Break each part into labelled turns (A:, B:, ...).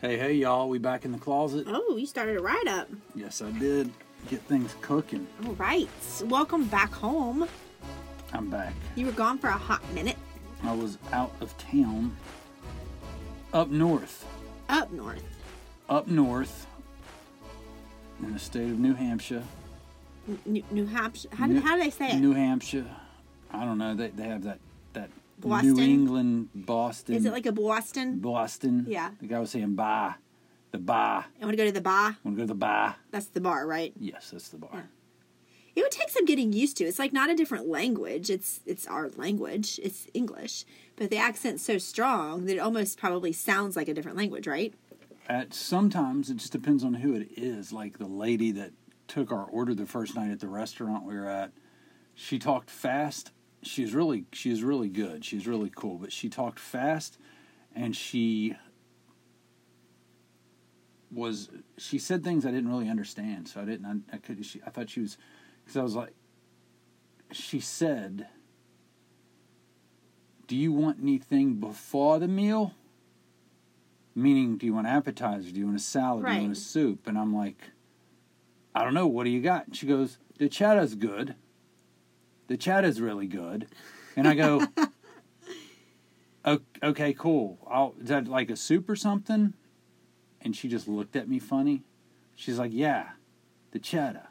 A: Hey, hey, y'all, we back in the closet.
B: Oh, you started a ride up.
A: Yes, I did. Get things cooking.
B: All right. Welcome back home.
A: I'm back.
B: You were gone for a hot minute.
A: I was out of town. Up north.
B: Up north.
A: Up north. In the state of New Hampshire.
B: N- New, New Hampshire. How,
A: New-
B: do how do they say it? Is
A: New Hampshire. I don't know. They, they have that, that
B: Boston?
A: New England, Boston.
B: it like a Boston?
A: Boston?
B: Yeah.
A: The guy was saying bye. The bye.
B: I want to go to the bar.
A: Want to go to the bye?
B: That's the bar, right?
A: Yes, that's the bar.
B: It would take some getting used to. It's like not a different language. It's it's our language. It's English, but the accent's so strong that it almost probably sounds like a different language, right?
A: At sometimes it just depends on who it is. Like the lady that took our order the first night at the restaurant we were at, she talked fast. She's really she's really good. She's really cool, but she talked fast, and she was she said things I didn't really understand. So I didn't I, I could she, I thought she was because I was like she said, "Do you want anything before the meal?" Meaning, do you want appetizer? Do you want a salad? Do you
B: Right.
A: want a soup? And I'm like, I don't know. What do you got? And she goes, The chowder's good. The chowder's really good. And I go, "O- Okay, cool. I'll, is that like a soup or something? And she just looked at me funny. She's like, Yeah, the chowder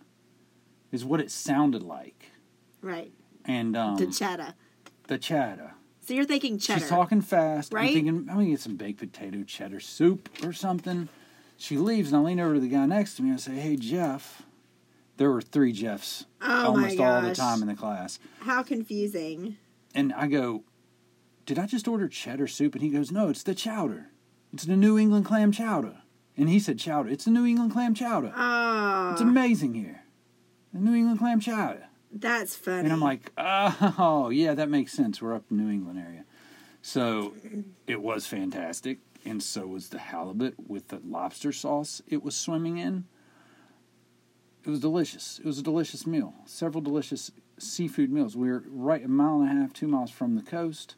A: is what it sounded like.
B: Right.
A: And um,
B: To cheddar.
A: the chowder.
B: So you're thinking cheddar.
A: She's talking fast.
B: Right?
A: I'm thinking, I'm gonna get some baked potato cheddar soup or something. She leaves, and I lean over to the guy next to me and I say, "Hey, Jeff." There were three Jeffs
B: Oh my
A: almost all the
B: gosh.
A: time in the class,
B: How confusing.
A: and I go, "Did I just order cheddar soup?" And he goes, "No, it's the chowder. It's the New England clam chowder." And he said, "Chowder. It's the New England clam chowder.
B: Oh,
A: it's amazing here. The New England clam chowder."
B: that's funny.
A: And I'm like, oh, yeah, that makes sense. We're up in New England area. So it was fantastic. And so was the halibut with the lobster sauce it was swimming in. It was delicious. It was a delicious meal. Several delicious seafood meals. We were right a mile and a half, two miles from the coast.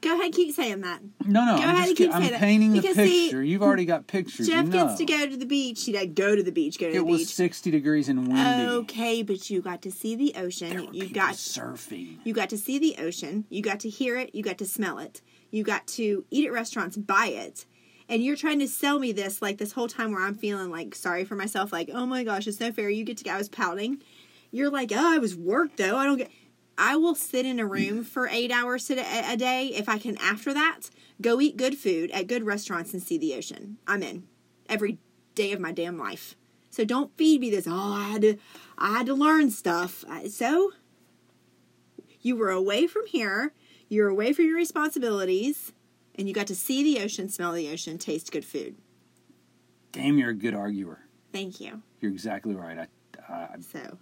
B: go ahead, keep saying that.
A: No, no,
B: Go
A: I'm
B: ahead
A: just kidding.
B: and keep
A: I'm
B: saying that.
A: painting the
B: Because, see,
A: picture. You've already got pictures.
B: Jeff
A: you know.
B: gets to go to the beach. He did go to the beach. Go to
A: It
B: the
A: was
B: beach.
A: 60 degrees and windy.
B: Okay, but you got to see the ocean.
A: There were
B: you
A: people
B: got
A: surfing.
B: you got to see the ocean. You got to hear it. You got to smell it. You got to eat at restaurants, buy it. And you're trying to sell me this like this whole time where I'm feeling like sorry for myself, like oh my gosh, it's no fair. You get to. I was pouting. You're like, oh, I was work though. I don't get. I will sit in a room for eight hours a a- a day if I can. After that, go eat good food at good restaurants and see the ocean. I'm in every day of my damn life. So don't feed me this. Oh, I had to, I had to learn stuff. I- So you were away from here, you were away from your responsibilities, and you got to see the ocean, smell the ocean, taste good food.
A: Damn, you're a good arguer.
B: Thank you.
A: You're exactly right. I, I,
B: So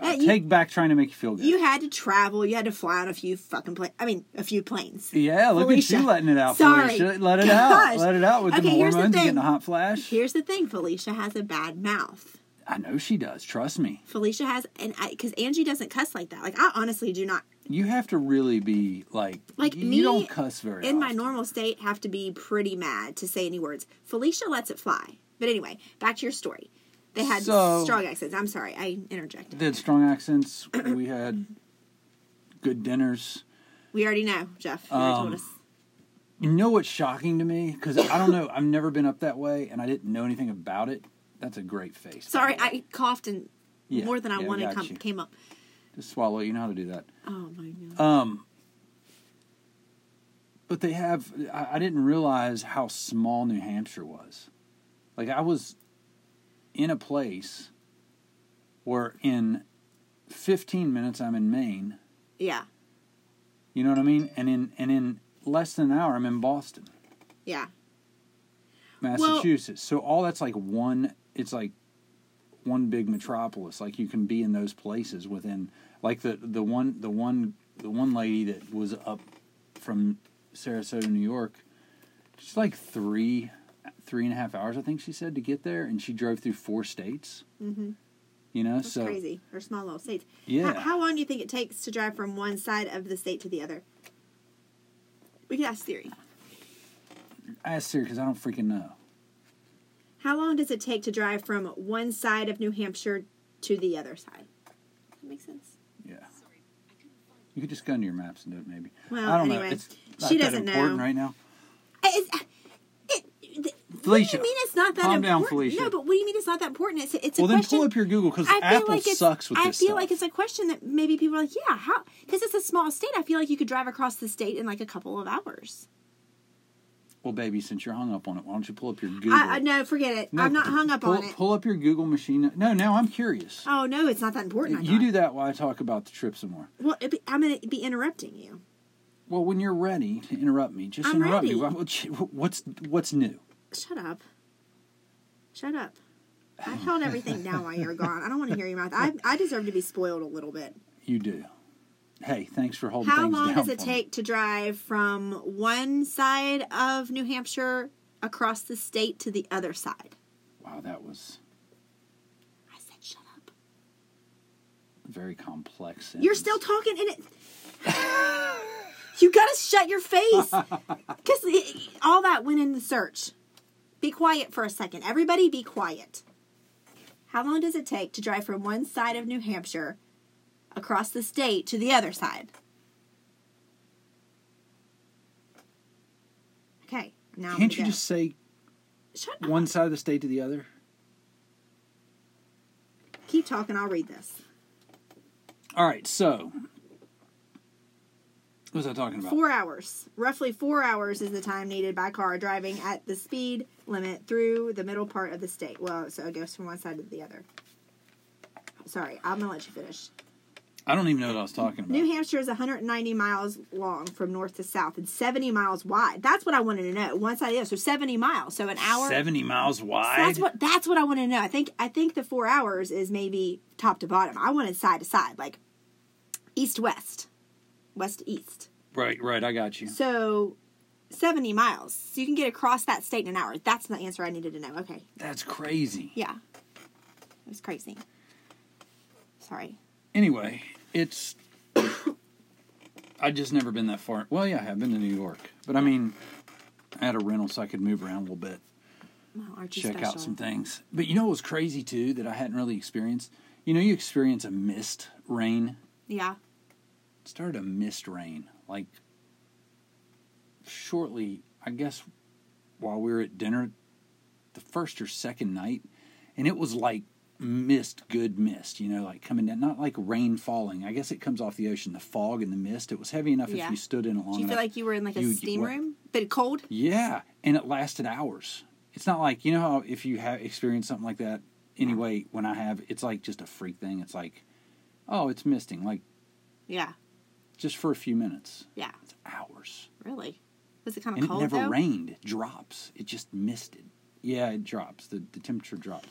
A: I
B: Uh, you,
A: take back trying to make you feel good.
B: you had to travel, you had to fly on a few fucking planes. I mean, a few planes.
A: yeah, look
B: Felicia.
A: at you letting it out,
B: Sorry.
A: Felicia. Let it
B: Gosh.
A: out. Let it out with the
B: Okay,
A: hormones
B: here's the
A: and
B: thing.
A: getting a hot flash.
B: Here's the thing Felicia has a bad mouth.
A: I know she does. Trust me.
B: Felicia has, and because Angie doesn't cuss like that. Like, I honestly do not
A: You have to really be like,
B: Like
A: you,
B: me,
A: you don't cuss very
B: in my
A: often.
B: normal state have to be pretty mad to say any words. Felicia lets it fly. But anyway, back to your story. They had
A: So-
B: strong accents. I'm sorry, I interjected.
A: Did strong accents. we had good dinners.
B: we already know, Jeff. You already
A: Um,
B: told us.
A: You know what's shocking to me? Because I don't know. I've never been up that way, and I didn't know anything about it. That's a great face.
B: Sorry, I coughed and
A: Yeah,
B: more than I
A: yeah,
B: wanted
A: got
B: come,
A: you.
B: came up.
A: Just swallow. it. You know how to do that.
B: Oh my god.
A: Um, but they have. I, I didn't realize how small New Hampshire was. Like I was in a place where in 15 minutes I'm in Maine.
B: yeah,
A: You know what I mean? And in and in less than an hour I'm in Boston,
B: yeah.
A: Massachusetts. so all that's like one. It's like one big metropolis. Like you can be in those places within. Like the the one the one the one lady that was up from Sarasota, New York. She's like three three and a half hours, I think she said, to get there, and she drove through four states. Mm-hmm. You know,
B: That's
A: so
B: crazy. Or small little states.
A: Yeah.
B: How, how long do you think it takes to drive from one side of the state to the other? We could ask Siri.
A: I asked her because I don't freaking know.
B: How long does it take to drive from one side of New Hampshire to the other side? Does that make sense?
A: Yeah. You could just go into your maps and do it, maybe.
B: Well,
A: I don't know.
B: anyway,
A: It's not
B: she
A: that
B: doesn't know.
A: important right now.
B: It's- it- th-
A: Felicia,
B: What do you mean it's not that
A: calm
B: important?
A: down, Felicia.
B: No, but what do you mean it's not that important? It's, it's a
A: Well, then
B: question.
A: pull up your Google because
B: I feel
A: Apple
B: like it's-
A: sucks with
B: I
A: this
B: feel
A: stuff.
B: like it's a question that maybe people are like, yeah, how? Because it's a small state. I feel like you could drive across the state in like a couple of hours.
A: well, baby, since you're hung up on it, why don't you pull up your Google?
B: I, I, no, forget it. I'm not hung up
A: pull,
B: on it.
A: Pull up your Google machine. No, now I'm curious.
B: Oh no, it's not that important. I
A: you
B: thought.
A: do that while I talk about the trip some more.
B: Well, it'd be, I'm going to be interrupting you.
A: Well, when you're ready to interrupt me, just
B: I'm
A: interrupt me.
B: ready.
A: Why- what- What's what's new?
B: Shut up. Shut up. I held everything down while you were gone. I don't want to hear your mouth. I, I deserve to be spoiled a little bit.
A: You do. Hey, thanks for holding
B: How
A: things
B: long
A: down
B: does it
A: for me.
B: take to drive from one side of New Hampshire across the state to the other side?
A: Wow, that was
B: I said, shut up.
A: a very complex.
B: You're
A: sentence.
B: still talking in it. you gotta shut your face. Because all that went in the search. Be quiet for a second. Everybody be quiet. How long does it take to drive from one side of New Hampshire across the state to the other side? Okay, now I'm
A: Can't
B: gonna
A: you
B: go.
A: just say
B: shut up.
A: one side of the state to the other?
B: Keep talking. I'll read this.
A: All right, so what was I talking about?
B: Four hours. Roughly four hours is the time needed by car driving at the speed limit through the middle part of the state. Well, so it goes from one side to the other. Sorry, I'm going to let you finish.
A: I don't even know what I was talking about.
B: New Hampshire is 190 miles long from north to south and 70 miles wide. That's what I wanted to know. One side to the other. So 70 miles. So an hour.
A: Seventy miles
B: So
A: wide.
B: that's what that's what I want to know. I think I think the four hours is maybe top to bottom. I wanted side to side, like east west, west to east.
A: Right, right. I got you.
B: So, 70 miles. So you can get across that state in an hour. That's the answer I needed to know. Okay.
A: That's crazy.
B: Yeah. It was crazy. Sorry.
A: Anyway, it's. I've just never been that far. Well, yeah, I have been to New York, but I mean, I had a rental so I could move around a little bit,
B: Wow, aren't you
A: check
B: special?
A: out some things. But you know what was crazy too that I hadn't really experienced. You know, you experience a mist rain.
B: Yeah.
A: It started a mist rain like shortly. I guess while we were at dinner, the first or second night, and it was like mist, good mist, you know, like coming down, not like rain falling. I guess it comes off the ocean, the fog and the mist. It was heavy enough
B: Yeah.
A: if you stood in it long
B: Do you feel
A: enough.
B: like you were in like a
A: you would get
B: steam
A: wet.
B: room? But cold?
A: yeah, and it lasted hours. It's not like you know how if you have experienced something like that anyway. When I have, it's like just a freak thing. It's like, oh, it's misting, like
B: Yeah.
A: just for a few minutes.
B: Yeah.
A: It's hours.
B: Really? Was it kind of
A: And it
B: cold
A: never
B: though?
A: rained. It drops. It just misted. Yeah, it drops. The the temperature drops.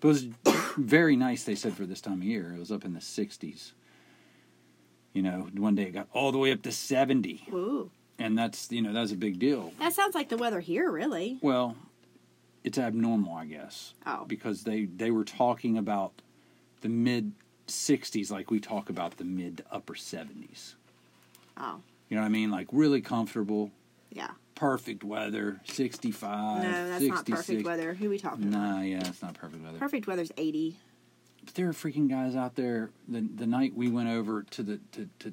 A: But it was very nice, they said, for this time of year. It was up in the 60s. You know, one day it got all the way up to 70.
B: Ooh.
A: And that's, you know, that's a big deal.
B: That sounds like the weather here, really.
A: Well, it's abnormal, I guess.
B: Oh.
A: Because they, they were talking about the mid 60s like we talk about the mid to upper 70s.
B: Oh.
A: You know what I mean? Like really comfortable,
B: Yeah.
A: perfect weather, 65,
B: no, that's
A: 66.
B: not perfect weather. Who we talking about?
A: Nah, yeah, it's not perfect weather.
B: Perfect weather's 80.
A: But there are freaking guys out there. The the night we went over to the to to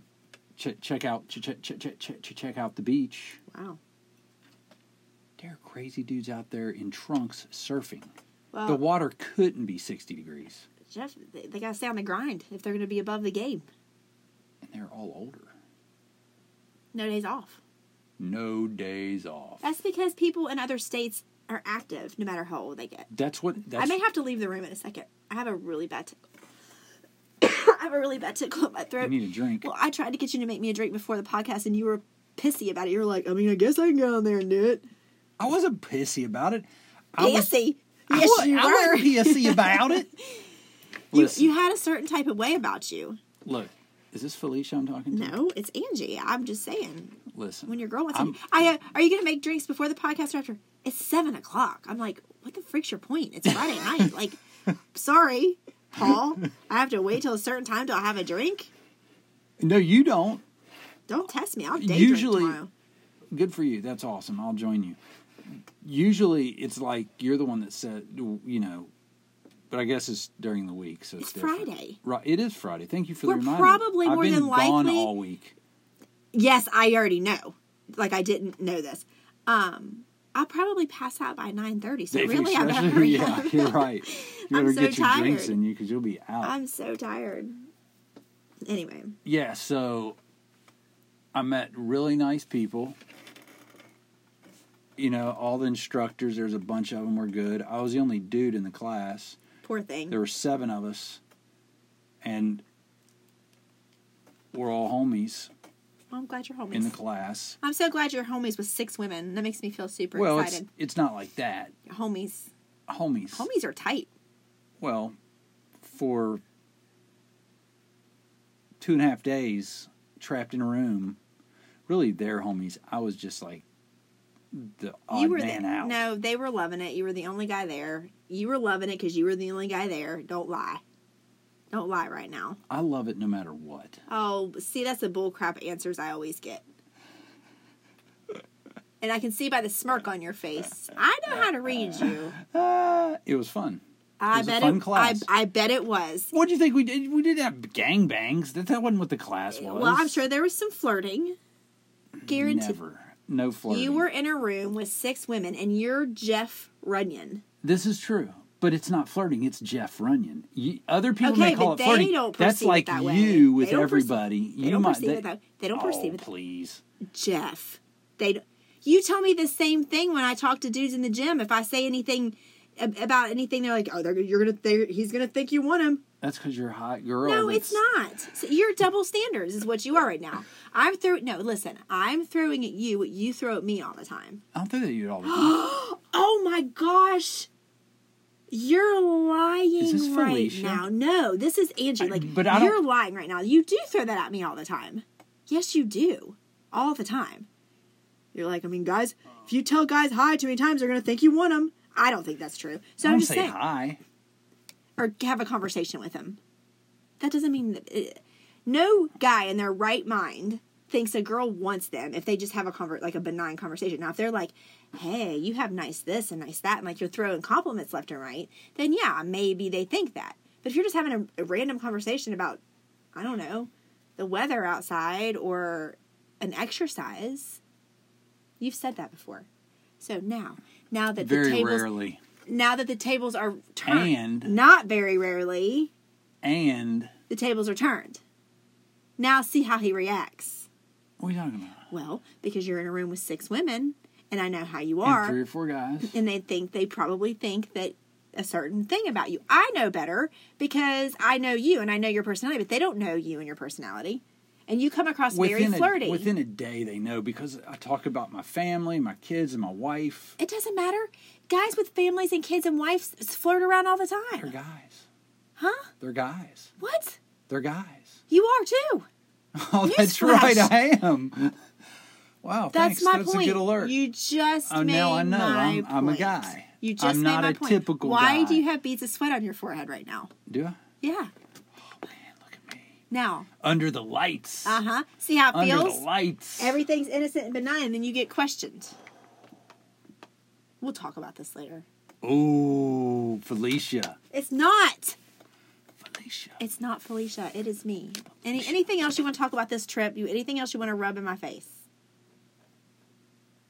A: check check out check check check check check, check out the beach.
B: Wow.
A: There are crazy dudes out there in trunks surfing.
B: Well,
A: the water couldn't be 60 degrees,
B: Jeff, they, they got to stay on the grind if they're going to be above the game.
A: and they're all older.
B: No days off.
A: No days off.
B: That's because people in other states are active no matter how old they get.
A: That's what. That's
B: I may have to leave the room in a second. I have a really bad tickle. I have a really bad tickle in my
A: you
B: throat.
A: need a drink.
B: Well, I tried to get you to make me a drink before the podcast and you were pissy about it. You were like, I mean, I guess I can go on there and do it.
A: I wasn't pissy about it. I was.
B: Pissy.
A: I
B: yes,
A: wa-
B: you
A: I
B: were.
A: wasn't pissy about it.
B: You,
A: Listen.
B: you had a certain type of way about you.
A: Look, is this Felicia I'm talking to?
B: No, it's Angie. I'm just saying.
A: Listen.
B: When your girl wants
A: I'm-
B: to, I uh, are you going to make drinks before the podcast or after? It's seven o'clock. I'm like, what the freak's your point? It's Friday night. Like, sorry, Paul. I have to wait till a certain time till I have a drink.
A: No, you don't.
B: Don't test me. I'll day
A: Usually-
B: drink tomorrow.
A: Good for you. That's awesome. I'll join you. usually it's like you're the one that said, you know, but I guess it's during the week, so it's,
B: It's
A: different.
B: Friday.
A: Right, it is Friday. Thank you for
B: We're
A: the reminder.
B: probably
A: I've
B: more
A: been
B: than
A: gone
B: likely-
A: all week.
B: Yes, I already know. Like I didn't know this. Um, I'll probably pass out by nine thirty. So
A: If you-
B: really, I better
A: especially-
B: hurry
A: yeah,
B: up.
A: you're right. You
B: I'm
A: better
B: so
A: get your drinks
B: tired.
A: in you because you'll be out.
B: I'm so tired. Anyway,
A: yeah, so I met really nice people. You know, all the instructors, there's a bunch of them were good. I was the only dude in the class.
B: poor thing.
A: There were seven of us, and we're all homies
B: Well, I'm glad you're homies.
A: in the class.
B: I'm so glad you're homies with six women. That makes me feel super
A: well, it's,
B: excited.
A: it's not like that.
B: Homies,
A: Homies.
B: homies are tight.
A: Well, for two and a half days, trapped in a room, really their homies. I was just like the odd
B: you were
A: man
B: the,
A: out.
B: no, they were loving it. You were the only guy there. You were loving it because you were the only guy there. Don't lie. Don't lie right now.
A: I love it no matter what.
B: Oh, see, that's the bullcrap answers I always get. And I can see by the smirk on your face. I know how to read you.
A: Uh, it was fun.
B: I
A: was a
B: bet
A: fun
B: it.
A: class.
B: I, I bet it was.
A: What do you think we did? We did have gangbangs. That that wasn't what the class was.
B: Well, I'm sure there was some flirting. Guaranteed.
A: Never. No flirting.
B: You were in a room with six women, and you're Jeff Runyon.
A: This is true, but it's not flirting. It's Jeff Runyon. You, other people
B: Okay,
A: may call
B: but
A: it
B: they
A: flirting.
B: don't
A: That's
B: perceive it
A: like
B: that way.
A: you
B: They
A: with
B: don't perce-
A: everybody. you
B: They don't
A: might
B: perceive
A: they,
B: it that. They don't
A: oh,
B: perceive it.
A: Please,
B: Jeff. They. d- You tell me the same thing when I talk to dudes in the gym. If I say anything ab- about anything, they're like, "Oh, they're, you're gonna. They're, he's gonna think you want him."
A: that's because you're a hot girl. Oh,
B: No,
A: that's-
B: it's not. So you're double standards, is what you are right now. I'm through. No, listen. I'm throwing at you what you throw at me all the time.
A: I don't think that you at all. the time.
B: Oh my gosh. You're lying
A: Is this
B: right
A: Felicia?
B: now. No, this is Angie. Like,
A: but I don't-
B: you're lying right now. You do throw that at me all the time. Yes, you do. All the time. You're like, I mean, guys, if you tell guys hi too many times, they're going to think you want them. I don't think that's true. So
A: I
B: I'm
A: don't
B: just
A: say
B: saying.
A: hi.
B: Or have a conversation with them. That doesn't mean that. It, no guy in their right mind thinks a girl wants them if they just have a conver- like a benign conversation. Now, if they're like, "Hey, you have nice this and nice that," and like you're throwing compliments left and right, then yeah, maybe they think that. But if you're just having a, a random conversation about, I don't know, the weather outside or an exercise, you've said that before. So now, now that the
A: Very
B: tables
A: rarely.
B: now that the tables are turned,
A: And-
B: not very rarely,
A: And
B: the tables are turned. Now see how he reacts.
A: what are you talking about?
B: Well, because you're in a room with six women, and I know how you
A: And three
B: are,
A: or four guys.
B: and they think they probably think that a certain thing about you. I know better because I know you and I know your personality, but they don't know you and your personality, and you come across very flirty.
A: A, within a day, they know because I talk about my family, my kids, and my wife.
B: it doesn't matter. Guys with families and kids and wives flirt around all the
A: They're
B: time,
A: guys.
B: huh?
A: They're guys.
B: What?
A: They're guys.
B: You are too.
A: Oh, that's
B: Newsflash.
A: right. I am. Wow.
B: That's
A: thanks.
B: my
A: that's
B: point.
A: a good alert.
B: You just
A: Oh,
B: made
A: now I know.
B: my
A: I'm-
B: point.
A: I'm a guy.
B: You just
A: I'm
B: made
A: not
B: my
A: a
B: point.
A: typical
B: Why
A: guy.
B: do you have beads of sweat on your forehead right now?
A: Do I? Oh,
B: Yeah.
A: Man, look at me.
B: Now,
A: Under the lights.
B: uh huh. See how it
A: Under the
B: feels?
A: lights.
B: Everything's innocent and benign, then you get questioned. We'll talk about this later.
A: Ooh, Felicia.
B: It's not.
A: Felicia.
B: It's not Felicia. It is me. Any anything else you want to talk about this trip? You anything else you want to rub in my face?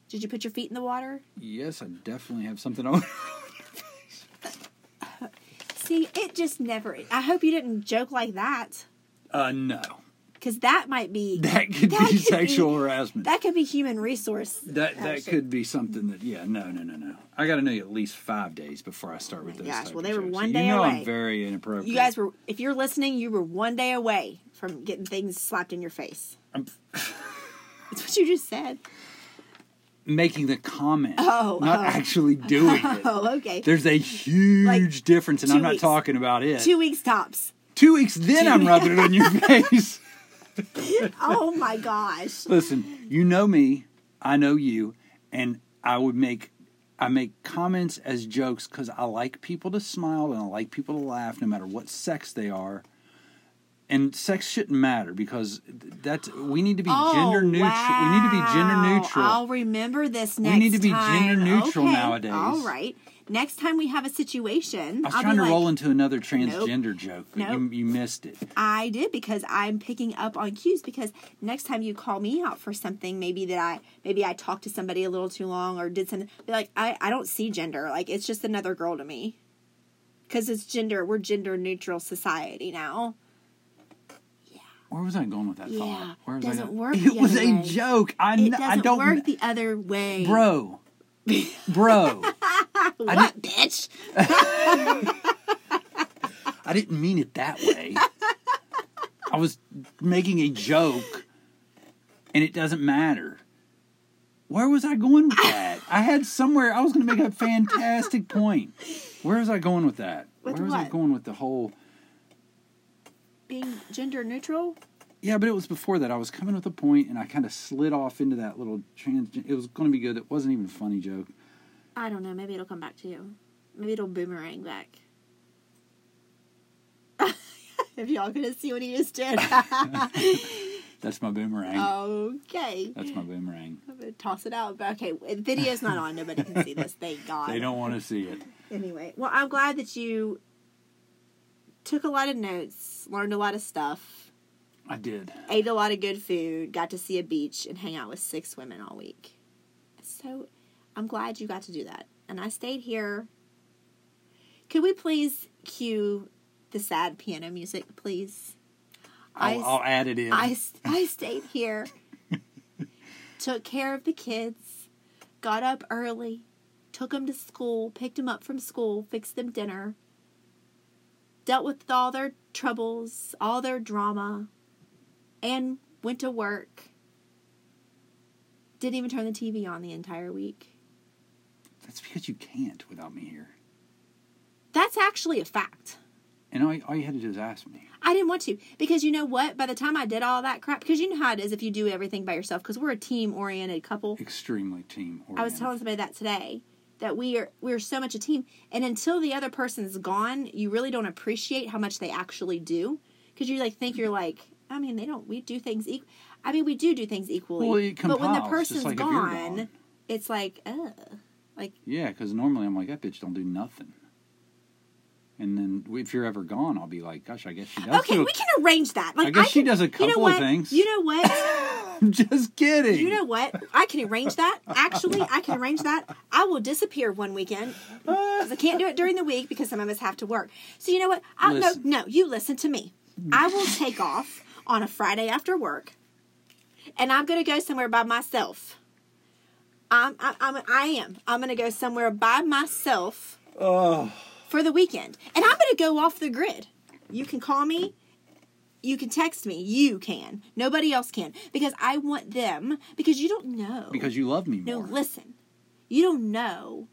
B: Did you put your feet in the water?
A: Yes, I definitely have something on.
B: See, it just never. I hope you didn't joke like that.
A: uh, no.
B: because that might be
A: That could
B: That
A: be
B: could
A: sexual
B: be-
A: harassment.
B: that could be human resource.
A: That that
B: action.
A: could be something that yeah no no no no I got to know you at least five days before I start with
B: Oh my
A: those.
B: gosh,
A: type
B: well,
A: of
B: they were
A: jokes.
B: one
A: you
B: day
A: know
B: away.
A: I'm very inappropriate.
B: You guys were, if you're listening, you were one day away from getting things slapped in your face.
A: I'm
B: That's what you just said.
A: making the comment,
B: Oh,
A: not
B: oh.
A: actually doing it.
B: Oh, okay.
A: There's a huge difference, and
B: two
A: I'm not
B: weeks.
A: talking about it.
B: Two weeks tops.
A: Two weeks, then i I'm rubbing it on your face.
B: Oh my gosh.
A: Listen, you know me, I know you, and I would make I make comments as jokes because I like people to smile and I like people to laugh, no matter what sex they are. and sex shouldn't matter because th- that's we need to be
B: Oh,
A: gender neutral. We need to be gender
B: wow.
A: neutral.
B: I'll remember this next
A: We
B: time.
A: need to be gender neutral
B: Okay,
A: nowadays.
B: All right. Next time we have a situation,
A: I was
B: will
A: trying
B: be
A: to
B: like,
A: roll into another transgender joke, but you,
B: Nope.
A: you missed it.
B: I did because I'm picking up on cues because next time you call me out for something, maybe that I maybe I talked to somebody a little too long or did something be like I, I don't see gender. Like it's just another girl to me. Cause it's gender we're gender neutral society now.
A: Where was I going with that
B: Yeah,
A: thought? Where was I
B: doesn't
A: going?
B: work
A: It
B: the
A: was
B: other
A: a
B: way.
A: joke. I,
B: It
A: kn-
B: doesn't
A: I don't
B: work the other way.
A: bro. Bro.
B: what bitch?
A: I didn't mean it that way. I was making a joke and it doesn't matter. Where was I going with that? I had somewhere I was going to make a fantastic point. Where was I going with that?
B: With
A: Where was I
B: what?
A: going with the whole
B: Being gender neutral?
A: Yeah, but it was before that. I was coming with a point and I kind of slid off into that little trans it was going to be good. It wasn't even a funny joke.
B: I don't know. Maybe it'll come back to you. Maybe it'll boomerang back. if y'all gonna see what he just did.
A: That's my boomerang.
B: okay.
A: That's my boomerang.
B: I'm gonna toss it out. But okay, the video's not on. Nobody can see this. Thank God.
A: They don't want to see it.
B: Anyway, well, I'm glad that you took a lot of notes, learned a lot of stuff,
A: I did.
B: ate a lot of good food, got to see a beach, and hang out with six women all week. So I'm glad you got to do that. And I stayed here. Could we please cue the sad piano music, please?
A: I'll,
B: I-
A: I'll add it in.
B: I, s- I stayed here, took care of the kids, got up early, took them to school, picked them up from school, fixed them dinner, dealt with all their troubles, all their drama, and went to work. Didn't even turn the TV on the entire week.
A: That's because you can't without me here.
B: That's actually a fact.
A: And all, you- all you had to do is ask me.
B: I didn't want to because you know what? By the time I did all that crap, because you know how it is if you do everything by yourself, because we're a team oriented couple.
A: Extremely team oriented.
B: I was telling somebody that today that we are we are so much a team, and until the other person's gone, you really don't appreciate how much they actually do because you like think you're like, I mean, they don't. We do things equal. I mean, we do do things equally.
A: Well, it
B: but when the
A: compiles,
B: person's
A: just like if you're
B: gone,
A: gone.
B: it's like, ugh. Like
A: Yeah, because normally I'm like, that bitch don't do nothing. And then if you're ever gone, I'll be like, gosh, I guess she does.
B: okay,
A: do a-
B: we can arrange that. Like
A: I guess
B: can,
A: she does a
B: you know
A: couple of
B: what?
A: things.
B: You know what?
A: I'm just kidding.
B: You know what? I can arrange that. Actually, I can arrange that. I will disappear one weekend 'cause I can't do it during the week because some of us have to work. So you know what? I, no,
A: Listen.
B: no, you listen to me. I will take off on a Friday after work, and I'm going to go somewhere by myself. I'm, I, I'm, I am. I'm going to go somewhere by myself
A: oh,
B: for the weekend, and I'm going to go off the grid. You can call me. You can text me. You can. Nobody else can because I want them. Because you don't know.
A: because you love me
B: No,
A: more.
B: listen. You don't know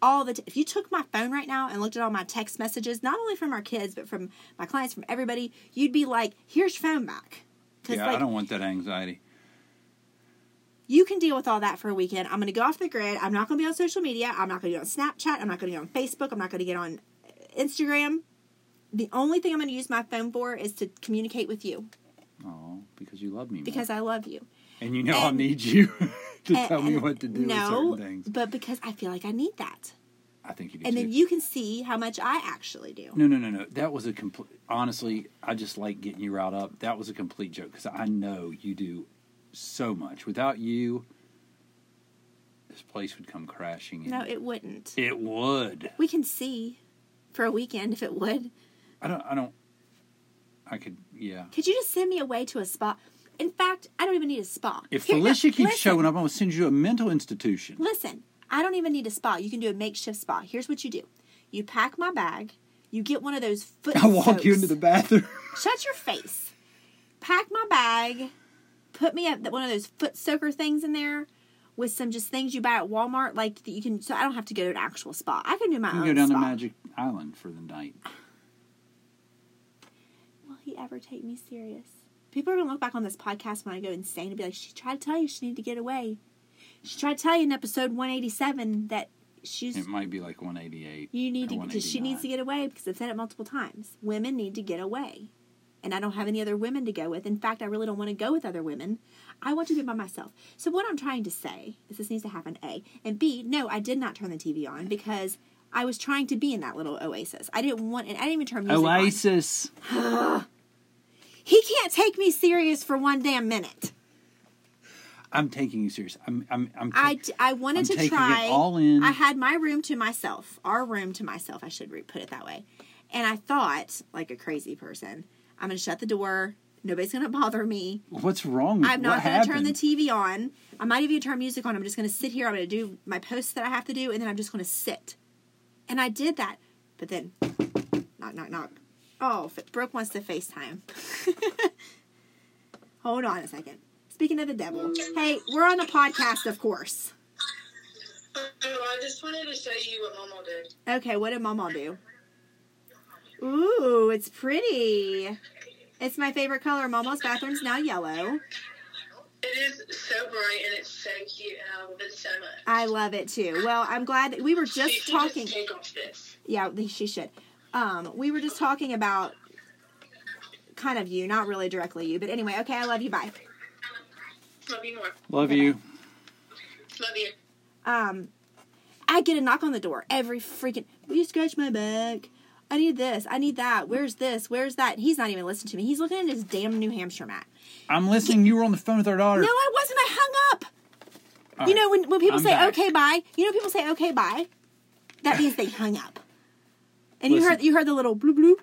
B: all the. T- if you took my phone right now and looked at all my text messages, not only from our kids but from my clients, from everybody, you'd be like, "Here's your phone back." Because
A: yeah, I
B: like
A: don't want that anxiety.
B: you can deal with all that for a weekend. I'm going to go off the grid. I'm not going to be on social media. I'm not going to be on Snapchat. I'm not going to be on Facebook. I'm not going to get on Instagram. The only thing I'm going to use my phone for is to communicate with you
A: Oh, because you love me more.
B: because I love you.
A: and you know I
B: and-
A: need you to
B: And-
A: tell me
B: and
A: what to do
B: No,
A: with certain things.
B: but because I feel like I need that.
A: I think you do
B: And
A: too.
B: then you can see how much I actually do.
A: No, no, no, no. That was a complete. Honestly, I just like getting you riled up. That was a complete joke because I know you do so much. Without you, this place would come crashing in.
B: No, it wouldn't.
A: It would.
B: We can see for a weekend if it would.
A: I don't. I don't. I could. Yeah.
B: Could you just send me away to a spa? In fact, I don't even need a spa.
A: If
B: Here, no,
A: Felicia keeps
B: listen,
A: showing up, I'm gonna send you to a mental institution.
B: Listen, I don't even need a spa. You can do a makeshift spa. Here's what you do: you pack my bag, you get one of those foot.
A: I walk you
B: soaps.
A: into the bathroom.
B: Shut your face. Pack my bag. Put me up that one of those foot soaker things in there with some just things you buy at Walmart, like that you can. So I don't have to go to an actual spa. I can do my
A: You
B: own
A: can go down
B: spa.
A: to Magic Island for the night.
B: Will he ever take me serious? People are gonna look back on this podcast when I go insane and be like, "She tried to tell you she needed to get away. She tried to tell you in episode 187 that she's
A: It might be like 188.
B: you need
A: or
B: to she needs to
A: 189.
B: get away because I've said it multiple times. Women need to get away, and I don't have any other women to go with. In fact, I really don't want to go with other women. I want to be by myself. So what I'm trying to say is this needs to happen A. And B, no, I did not turn the TV on because I was trying to be in that little oasis. I didn't want and I didn't even turn music on.
A: Oasis.
B: He can't take me serious for one damn minute.
A: I'm taking you serious. I'm. I'm. I'm ta-
B: I, I wanted
A: I'm
B: to
A: taking
B: try.
A: it all in.
B: I had my room to myself, our room to myself. I should re- put it that way. And I thought, like a crazy person, I'm going to shut the door. Nobody's going to bother me.
A: What's wrong? with
B: I'm
A: what
B: not going to turn
A: happened?
B: the TV on. I might even turn music on. I'm just going to sit here. I'm going to do my posts that I have to do, and then I'm just going to sit. And I did that, but then knock, knock, knock. Oh, F- Brooke wants to FaceTime. Hold on a second. Speaking of the devil, hey, we're on a podcast, of course.
C: Um, I just wanted to show you what Momo did.
B: Okay, what did Mama do? Ooh, it's pretty. It's my favorite color. Mama's bathroom's now yellow.
C: It is so bright and it's so cute and I love it so much.
B: I love it too. Well, I'm glad that we were
C: You
B: just
C: should
B: talking.
C: Just take off this.
B: Yeah, th- she should. Um, we were just talking about kind of you, not really directly you, but anyway. Okay, I love you. Bye.
C: Love you more.
A: Love you.
C: Love you.
B: Um, I get a knock on the door every freaking. Will you scratch my back? I need this. I need that. Where's this? Where's that? He's not even listening to me. He's looking at his damn New Hampshire map.
A: I'm listening. You were on the phone with our daughter.
B: No, I wasn't. I hung up.
A: All
B: You
A: right.
B: know, when, when people
A: I'm
B: say
A: back.
B: okay, bye, you know, people say okay, bye. That means they hung up. And you
A: Listen.
B: heard you heard the little bloop bloop.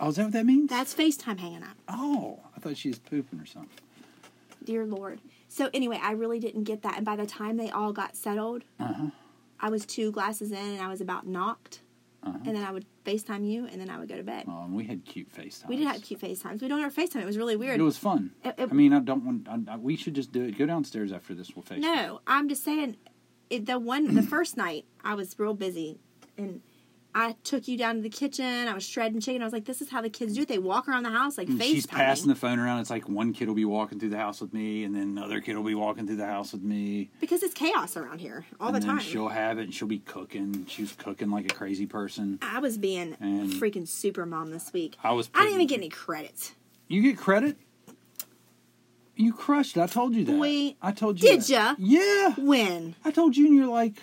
A: Oh, is that what that means?
B: That's FaceTime hanging up.
A: Oh, I thought she was pooping or something.
B: Dear Lord. So anyway, I really didn't get that. And by the time they all got settled,
A: Uh-huh.
B: I was two glasses in and I was about knocked.
A: Uh-huh.
B: And then I would FaceTime you and then I would go to bed.
A: Oh, and we had cute FaceTime.
B: We did have cute FaceTimes. We don't ever FaceTime. It was really weird.
A: It was fun.
B: It- it-
A: I mean, I don't want. I, I- we should just do it. Go downstairs after this. We'll FaceTime.
B: No, I'm just saying, it, the one the first night I was real busy, and I took you down to the kitchen. I was shredding chicken. I was like, "This is how the kids do it. They walk around the house like
A: And
B: face."
A: Mm, She's passing the phone around. It's like one kid will be walking through the house with me, and then another kid will be walking through the house with me.
B: because it's chaos around here all
A: and
B: the
A: then
B: time.
A: she'll have it, and she'll be cooking. She was cooking like a crazy person.
B: I was being a
A: And-
B: freaking super mom this week.
A: I was
B: I didn't even
A: pretty-
B: get any credit.
A: You get credit. You crushed. it. I told you that.
B: Boy,
A: I told you.
B: did
A: that.
B: ya?
A: Yeah.
B: When
A: I told you, and you're like,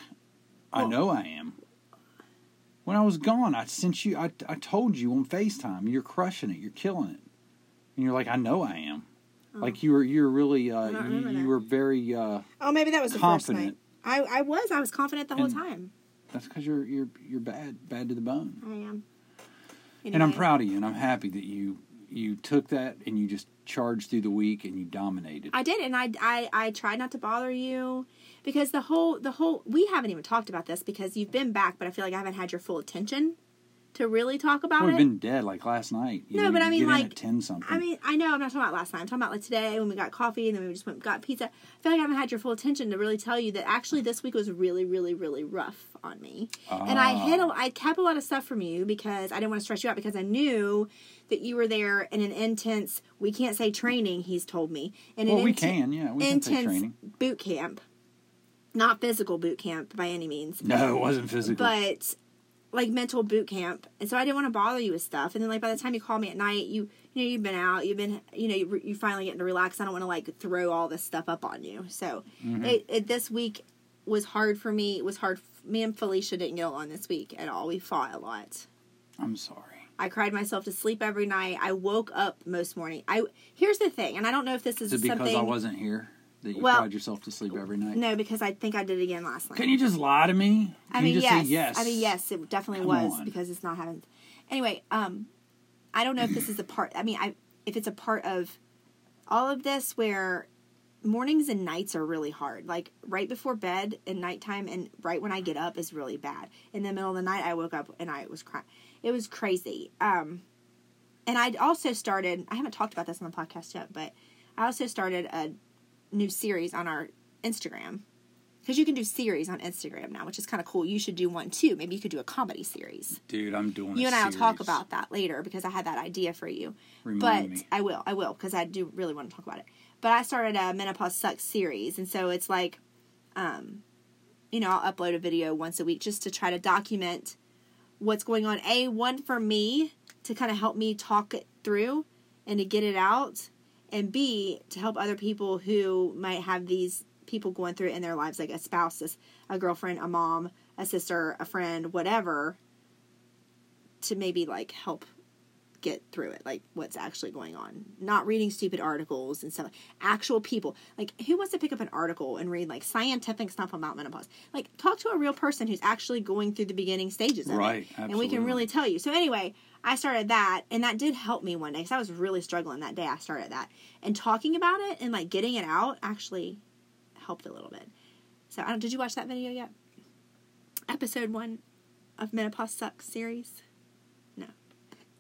A: I
B: Well-
A: know I am. When I was gone, I sent you. I I told you on Facetime. You're crushing it. You're killing it. And you're like, I know I am. Like you were. You're really.
B: Oh. I
A: Uh,
B: don't
A: you,
B: remember
A: you
B: that.
A: were very. Uh,
B: oh, maybe that was the
A: Confident.
B: first night. I I was I was confident the whole
A: And-
B: time.
A: that's because you're you're you're bad bad to the bone.
B: I am.
A: And I'm
B: Anyway.
A: proud of you, and I'm happy that you you took that and you just charged through the week and you dominated.
B: I did, and I, I I tried not to bother you because the whole the whole we haven't even talked about this because you've been back, but I feel like I haven't had your full attention to really talk about
A: Well, We've
B: it.
A: been dead like last night. You
B: No,
A: know,
B: but
A: you
B: I mean,
A: get in
B: like-
A: at ten something.
B: I mean, I know I'm not talking about last night. I'm talking about like today when we got coffee and then we just went and got pizza. I feel like I haven't had your full attention to really tell you that actually this week was really, really, really rough on me. And I
A: Ah.
B: hid, a, I kept a lot of stuff from you because I didn't want to stress you out because I knew that you were there in an intense. We can't say training. He's told me. And
A: well, we can, yeah, we can take
B: intense
A: training.
B: boot camp. Not physical boot camp by any means,
A: No, it wasn't physical.
B: but like mental boot camp. And so I didn't want to bother you with stuff. And then like by the time you call me at night, you you know you've been out, you've been you know you, you finally getting to relax. I don't want to like throw all this stuff up on you. So
A: Mm-hmm.
B: it, it this week was hard for me. It was hard. Me and Felicia didn't get along this week at all. We fought a lot.
A: I'm sorry.
B: I cried myself to sleep every night. I woke up most morning. I here's the thing, and I don't know if this is,
A: Is it because
B: something.
A: I wasn't here that you
B: Well-
A: cried yourself to sleep every night?
B: no, because I think I did it again last night.
A: Can you just lie to me? Can
B: I
A: you
B: mean,
A: just
B: yes.
A: say yes?
B: I mean, yes, it definitely
A: Come
B: was
A: on.
B: because it's not happened. Anyway, um, I don't know if this is a part. I mean, I if it's a part of all of this where mornings and nights are really hard. Like right before bed and nighttime, and right when I get up is really bad. In the middle of the night, I woke up and I was crying. It was crazy. Um, and I also started. I haven't talked about this on the podcast yet, but I also started a new series on our Instagram because you can do series on Instagram now, which is kind of cool. You should do one too. Maybe you could do a comedy series.
A: Dude, I'm doing.
B: you
A: a
B: and I will talk
A: series.
B: about that later because I had that idea for you.
A: Remind
B: but
A: me.
B: I will, I will, because I do really want to talk about it. But I started a menopause sucks series, and so it's like, um, you know, I'll upload a video once a week just to try to document what's going on. A one for me to kind of help me talk it through, and to get it out, and B, to help other people who might have these people going through it in their lives, like a spouse, a, a girlfriend, a mom, a sister, a friend, whatever, to maybe like help get through it, like what's actually going on. Not reading stupid articles and stuff. Actual people. Like, who wants to pick up an article and read like scientific stuff about menopause? Like, talk to a real person who's actually going through the beginning stages of
A: Right,
B: it. And we can
A: absolutely.
B: really tell you. So, anyway, I started that, and that did help me one day because I was really struggling that day. I started that. And talking about it and like getting it out actually helped a little bit. So, I don't, did you watch that video yet? Episode one of Menopause Sucks series? No.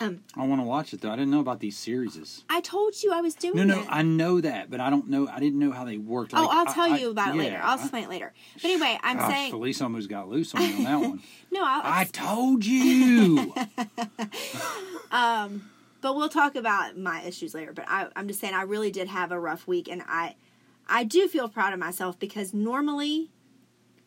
B: Um,
A: I want to watch it though. I didn't know about these series.
B: I told you I was doing
A: No, no,
B: it.
A: I know that, but I don't know. I didn't know how they worked.
B: oh,
A: Like,
B: I'll
A: I-
B: tell
A: I-
B: you about it later.
A: yeah,
B: I'll
A: I-
B: explain it later. But anyway, I'm
A: Gosh,
B: saying
A: Felice almost got loose on me on that one.
B: no. I'll,
A: I told you.
B: but we'll talk about my issues later. But I, I'm just saying, I really did have a rough week, and I, I do feel proud of myself because normally,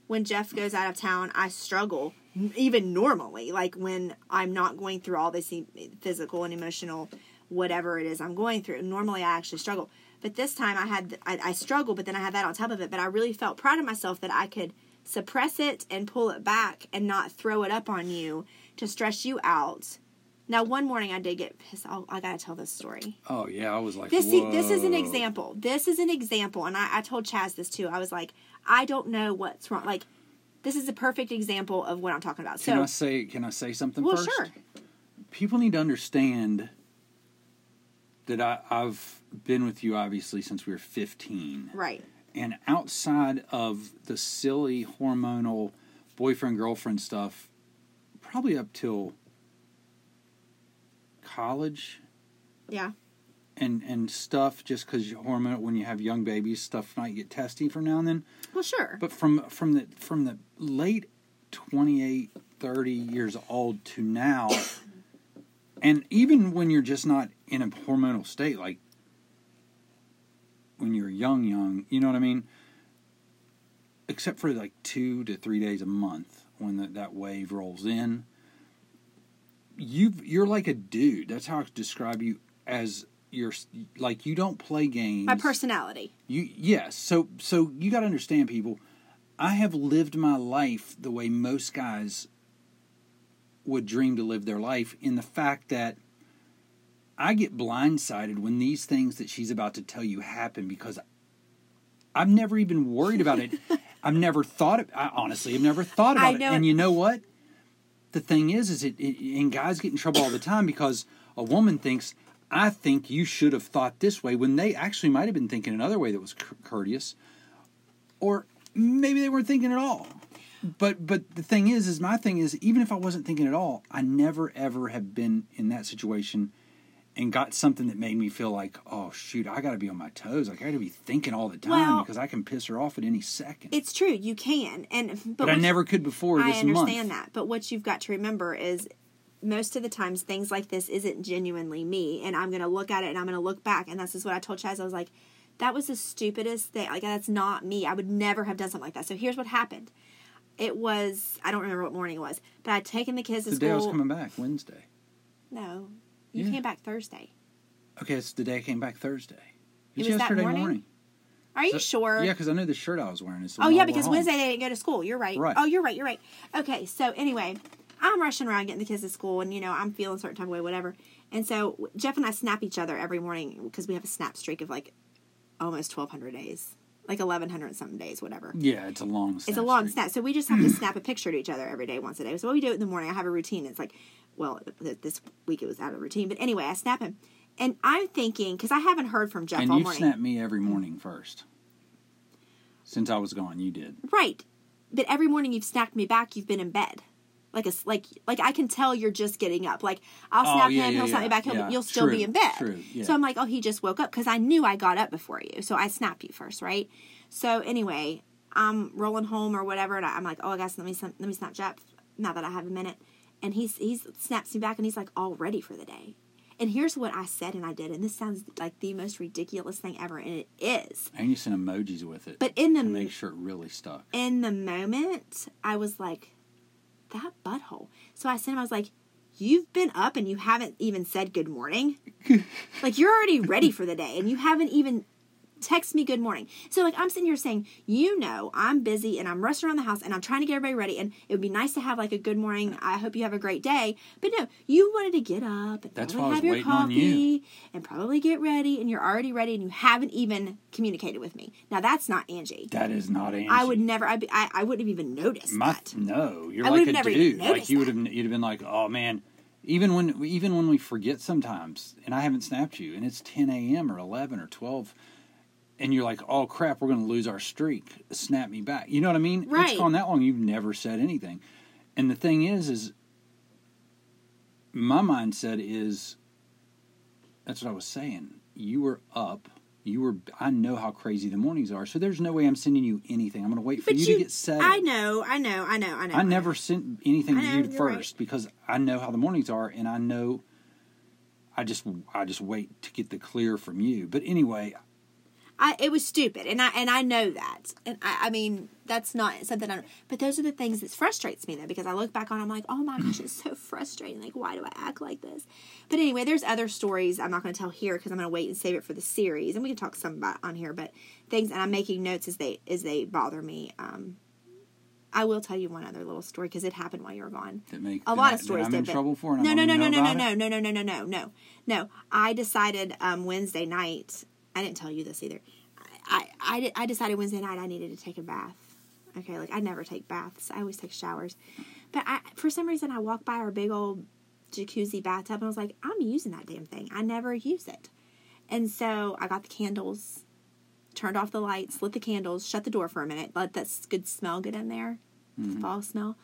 B: when Jeff goes out of town, I struggle. n- Even normally, like when I'm not going through all this e- physical and emotional, whatever it is I'm going through, normally I actually struggle. But this time I had I, I struggle, but then I had that on top of it. But I really felt proud of myself that I could suppress it and pull it back and not throw it up on you to stress you out. Now, one morning I did get pissed. Oh, I gotta tell this story.
A: oh yeah, I was like,
B: This see, this is an
A: whoa.
B: example. This is an example, and I, I told Chaz this too. I was like, I don't know what's wrong. Like, this is a perfect example of what I'm talking about.
A: Can
B: So,
A: I say? Can I say something
B: well,
A: first?
B: sure,
A: people need to understand that I, I've been with you obviously since we were 15.
B: right,
A: And outside of the silly hormonal boyfriend girlfriend stuff, probably up till college
B: yeah,
A: and, and stuff, just because hormone when you have young babies, stuff might get testy from now and then.
B: well, sure,
A: But from from the from the late 28, 30 years old to now, and even when you're just not in a hormonal state, like when you're young, young, you know what I mean. Except for like two to three days a month when that that wave rolls in, you you're like a dude. That's how I describe you as you're s- like you don't play games.
B: my personality,
A: You yes. So so you got to understand people. I have lived my life the way most guys would dream to live their life in the fact that I get blindsided when these things that she's about to tell you happen because I've never even worried about it. I've never thought it. I honestly have never thought
B: I
A: about it.
B: know
A: And
B: it-
A: you know what? The thing is, is it, it and guys get in trouble all the time because a woman thinks I think you should have thought this way when they actually might have been thinking another way that was cour- courteous, or maybe they weren't thinking at all. But but the thing is, is my thing is even if I wasn't thinking at all, I never ever have been in that situation and got something that made me feel like, oh shoot, I got to be on my toes. Like I got to be thinking all the time
B: Well-
A: because I can piss her off at any second.
B: it's true. You can, and but,
A: but I
B: what-
A: never could before
B: I
A: this
B: understand
A: month.
B: that, but what you've got to remember is most of the times things like this isn't genuinely me, and I'm gonna look at it and I'm gonna look back, and that's just what I told Chaz. I was like, that was the stupidest thing. Like that's not me. I would never have done something like that. So here's what happened. It was I don't remember what morning it was, but I'd taken the kids to
A: The day I was
B: school.
A: coming back Wednesday.
B: no, you
A: Yeah.
B: came back Thursday.
A: Okay, it's the day I came back Thursday. It's
B: It was that
A: yesterday
B: morning? Are you
A: So-
B: sure?
A: Yeah, because I knew the shirt I was wearing. Is the
B: Oh
A: one I
B: yeah,
A: wore
B: because
A: home.
B: Wednesday they didn't go to school. You're right.
A: Right.
B: Oh, you're right. You're right. Okay. So anyway, I'm rushing around getting the kids to school, and you know I'm feeling a certain type of way, whatever. And so Jeff and I snap each other every morning because we have a snap streak of like almost 1,200 days, like 1,100 something days, whatever.
A: Yeah, it's a long. Snap
B: It's a long
A: streak.
B: snap. So we just have to snap a picture to each other every day, once a day. So what we do in the morning, I have a routine. It's like, well, th- this week it was out of routine, but anyway, I snap him, and I'm thinking because I haven't heard from Jeff
A: And
B: all
A: you
B: morning.
A: snapped me every morning first. Since I was gone, you did.
B: Right. But every morning you've snapped me back, you've been in bed. Like a s- like like I can tell you're just getting up. Like I'll
A: Oh,
B: snap
A: yeah,
B: him,
A: yeah,
B: he'll snap
A: yeah,
B: me back, he'll
A: yeah.
B: be, you'll still
A: True,
B: be in bed.
A: true, yeah.
B: So I'm like, oh, he just woke up because I knew I got up before you, so I snap you first, right? So anyway, I'm rolling home or whatever, and I- I'm like, oh, I guess let me sn- let me snap Jeff now that I have a minute, and he's he's snaps me back, and he's like all ready for the day. And here's what I said and I did, and this sounds like the most ridiculous thing ever, and it is.
A: And you sent emojis with it
B: But in the
A: to make sure it really stuck.
B: in the moment, I was like, that butthole. So I sent him, I was like, you've been up and you haven't even said good morning. like you're already ready for the day and you haven't even text me good morning. So like I'm sitting here saying, you know, I'm busy and I'm rushing around the house and I'm trying to get everybody ready and it would be nice to have like a good morning. I hope you have a great day. But no, you wanted to get up and
A: That's why I
B: probably
A: was
B: have your
A: waiting on
B: coffee
A: you.
B: and probably get ready and you're already ready and you haven't even communicated with me. Now that's not Angie.
A: That is not Angie.
B: I would never. I'd be, I I wouldn't have even noticed
A: My,
B: that.
A: no, you're
B: I
A: like
B: would've
A: a
B: never
A: dude.
B: even
A: Like
B: noticed
A: you would have, you'd have been like, oh man. Even when even when we forget sometimes, and I haven't snapped you, and it's 10 a.m. or 11 or 12, and you're like, oh crap, we're going to lose our streak. Snap me back. You know what I mean?
B: Right.
A: It's gone that long. You've never said anything. And the thing is, is my mindset is that's what I was saying. You were up. You were. I know how crazy the mornings are. So there's no way I'm sending you anything. I'm going to wait for
B: But
A: you,
B: you-
A: to get settled.
B: I know. I know. I know. I know.
A: I never sent anything
B: I
A: to
B: know,
A: you
B: you're right.
A: first because I know how the mornings are, and I know. I just I just wait to get the clear from you. But anyway,
B: I, it was stupid, and I and I know that, and I, I mean that's not something. I, but those are the things that frustrates me though, because I look back on, it, I'm like, oh my gosh, it's so frustrating. Like, why do I act like this? But anyway, there's other stories I'm not going to tell here because I'm going to wait and save it for the series, and we can talk some about on here. But things, and I'm making notes as they as they bother me. Um, I will tell you one other little story because it happened while you were gone.
A: that make
B: a
A: that
B: lot
A: I-
B: of stories
A: that I'm
B: did,
A: in
B: but-
A: trouble for. And
B: no
A: I
B: no
A: don't
B: no no
A: even know
B: no no
A: about
B: no
A: it.
B: no no no no no no no i decided um wednesday night i didn't tell you this either i i, I, de- I decided wednesday night i needed to take a bath okay like i never take baths i always take showers but i for some reason i walked by our big old jacuzzi bathtub and i was like i'm using that damn thing i never use it and so i got the candles turned off the lights lit the candles shut the door for a minute let that s- good smell get in there the fall smell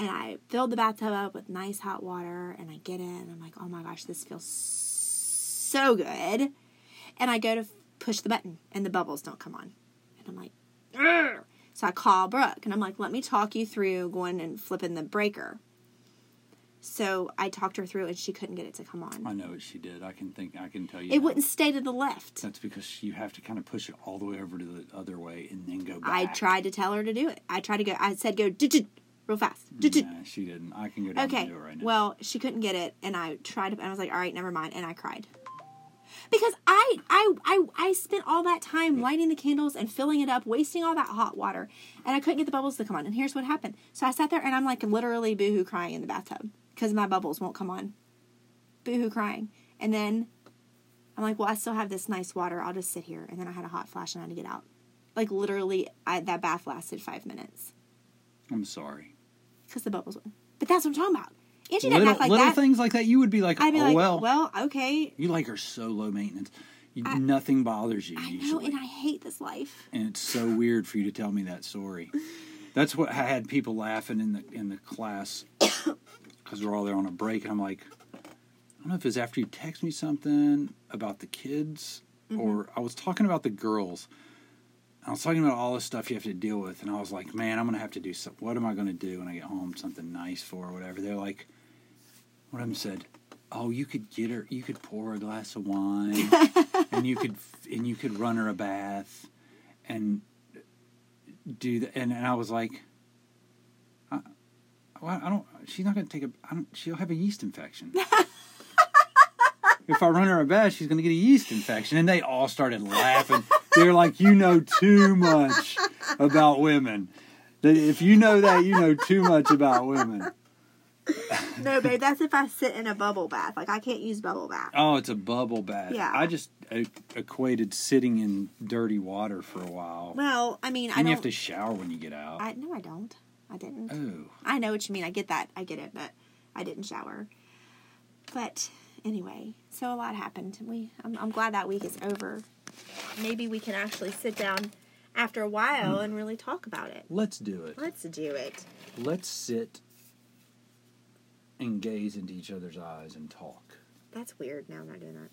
B: and I filled the bathtub up with nice hot water and I get in and I'm like, oh my gosh, this feels so good. And I go to f- push the button and the bubbles don't come on. And I'm like, Ugh. so I call Brooke and I'm like, let me talk you through going and flipping the breaker. So I talked her through and she couldn't get it to come on.
A: I know what she did. I can think. I can tell you.
B: It
A: now.
B: wouldn't stay to the left.
A: That's because you have to kind of push it all the way over to the other way and then go back.
B: I tried to tell her to do it. I tried to go, I said, go "Dut-dut," real fast. "Dut-dut."
A: Nah, she didn't. I can go down
B: Okay.
A: and do it right now.
B: Well, she couldn't get it, and I tried, and I was like, "All right, never mind," and I cried because I, I, I, I spent all that time lighting the candles and filling it up, wasting all that hot water, and I couldn't get the bubbles to come on. And here's what happened: so I sat there, and I'm like literally boohoo crying in the bathtub because my bubbles won't come on, boohoo crying, and then I'm like, "Well, I still have this nice water. I'll just sit here." And then I had a hot flash, and I had to get out. Like literally, I, that bath lasted five minutes
A: I'm sorry.
B: because the bubbles went. But that's what I'm talking about. Angie didn't
A: Little,
B: act like
A: little
B: that.
A: things like that, you would be like,
B: I'd be
A: oh
B: like,
A: well.
B: well, okay.
A: You like are so low maintenance. You, nothing bothers you
B: I know,
A: usually.
B: and I hate this life.
A: and it's so weird for you to tell me that story. That's what I had people laughing in the in the class because we're all there on a break, and I'm like, I don't know if it's after you text me something about the kids, or I was talking about the girls. I was talking about all this stuff you have to deal with, and I was like, man, I'm gonna have to do something. What am I gonna do when I get home? Something nice for or whatever. They're like, one of them said, oh, you could get her, you could pour a glass of wine, and you could and you could run her a bath and do the, and, and I was like, I, well, I don't. She's not going to take a. I don't, she'll have a yeast infection. if I run her a bath, she's going to get a yeast infection. And they all started laughing. They're like, you know too much about women. That If you know that, you know too much about women.
B: No, babe, that's if I sit in a bubble bath. Like I can't use bubble bath.
A: Oh, it's a bubble bath.
B: Yeah.
A: I just uh, equated sitting in dirty water for a while.
B: Well, I mean, I
A: and
B: don't.
A: you have to shower when you get out.
B: I no, I don't. I didn't.
A: oh.
B: I know what you mean. I get that. I get it, but I didn't shower. But anyway, so a lot happened. We, I'm, I'm glad that week is over. Maybe we can actually sit down after a while and really talk about it.
A: Let's do it.
B: Let's do it.
A: Let's sit and gaze into each other's eyes and talk.
B: That's weird. No, I'm not doing that.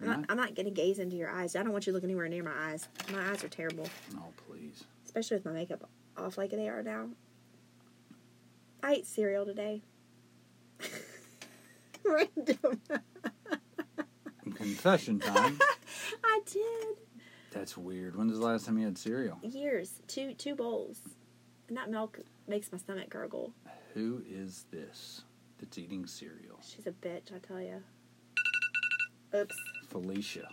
B: I'm
A: You're
B: not, I'm not gonna gaze into your eyes. I don't want you looking anywhere near my eyes. My eyes are terrible,
A: Oh, please.
B: especially with my makeup off like they are now. I ate cereal today. Random.
A: Confession time.
B: I did.
A: That's weird. When was the last time you had cereal?
B: Years. Two two bowls. And that milk makes my stomach gurgle.
A: Who is this? that's eating cereal.
B: She's a bitch, I tell you. Oops.
A: Felicia.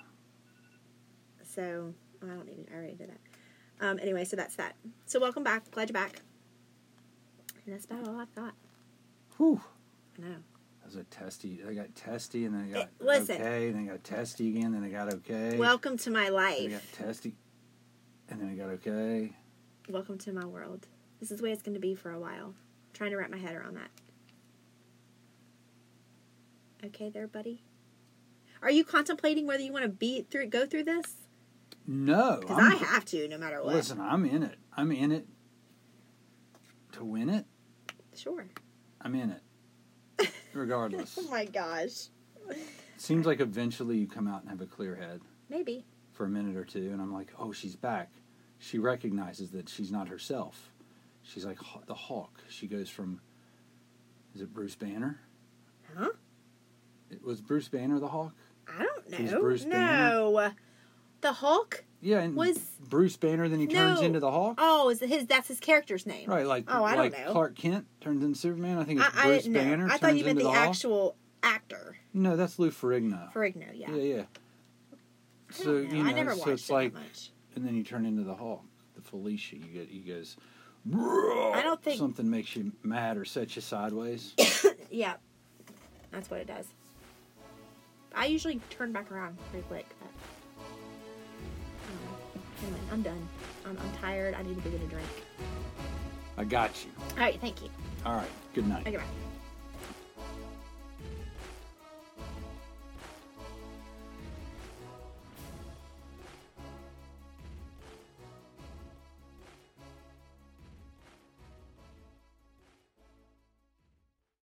B: So I don't even. I already did that. Um. Anyway, so that's that. So welcome back. Glad you're back. And that's about all I've got.
A: Whew.
B: I know.
A: That was a testy. I got testy, and then I got
B: Eh, listen.
A: okay, then I got testy again, then I got okay.
B: Welcome to my
A: then I
B: life.
A: got testy, and then I got okay.
B: Welcome to my world. This is the way it's going to be for a while. trying to wrap my head around that. Okay, there, buddy. Are you contemplating whether you want to be through, go through this?
A: No,
B: Because
A: I'm-
B: I have to, no matter what.
A: Listen, I'm in it. I'm in it to win it.
B: Sure.
A: I'm in it, regardless.
B: Oh my gosh.
A: Seems like eventually you come out and have a clear head
B: Maybe.
A: for a minute or two, and I'm like, oh, she's back. She recognizes that she's not herself. She's like Haw- the Hawk. She goes from, is it Bruce Banner?
B: Huh?
A: It was Bruce Banner the Hawk.
B: I don't know.
A: He's Bruce
B: no. The Hulk?
A: Yeah, and
B: Was-
A: Bruce Banner then he turns
B: No.
A: into the Hawk.
B: Oh, is it his? That's his character's name.
A: Right, like
B: Oh, I don't
A: like
B: know.
A: Clark Kent turns into Superman. I think it's
B: I, I
A: Bruce
B: didn't know.
A: Banner
B: I
A: turns
B: thought you meant
A: into
B: the,
A: the, Hawk.
B: actual actor.
A: No, that's Lou Ferrigno.
B: Ferrigno, yeah.
A: Yeah, yeah.
B: I, don't
A: So
B: know.
A: you know,
B: I never watched
A: so it's
B: it
A: like,
B: that much.
A: and then you turn into the Hulk, the Felicia. You get, he goes.
B: I don't think-
A: something makes you mad or sets you sideways.
B: Yeah, that's what it does. I usually turn back around pretty quick. But, um, anyway, I'm done. I'm, I'm tired. I need to go get a drink.
A: I got you.
B: All right, thank you.
A: All right. Good night.
B: Okay, bye.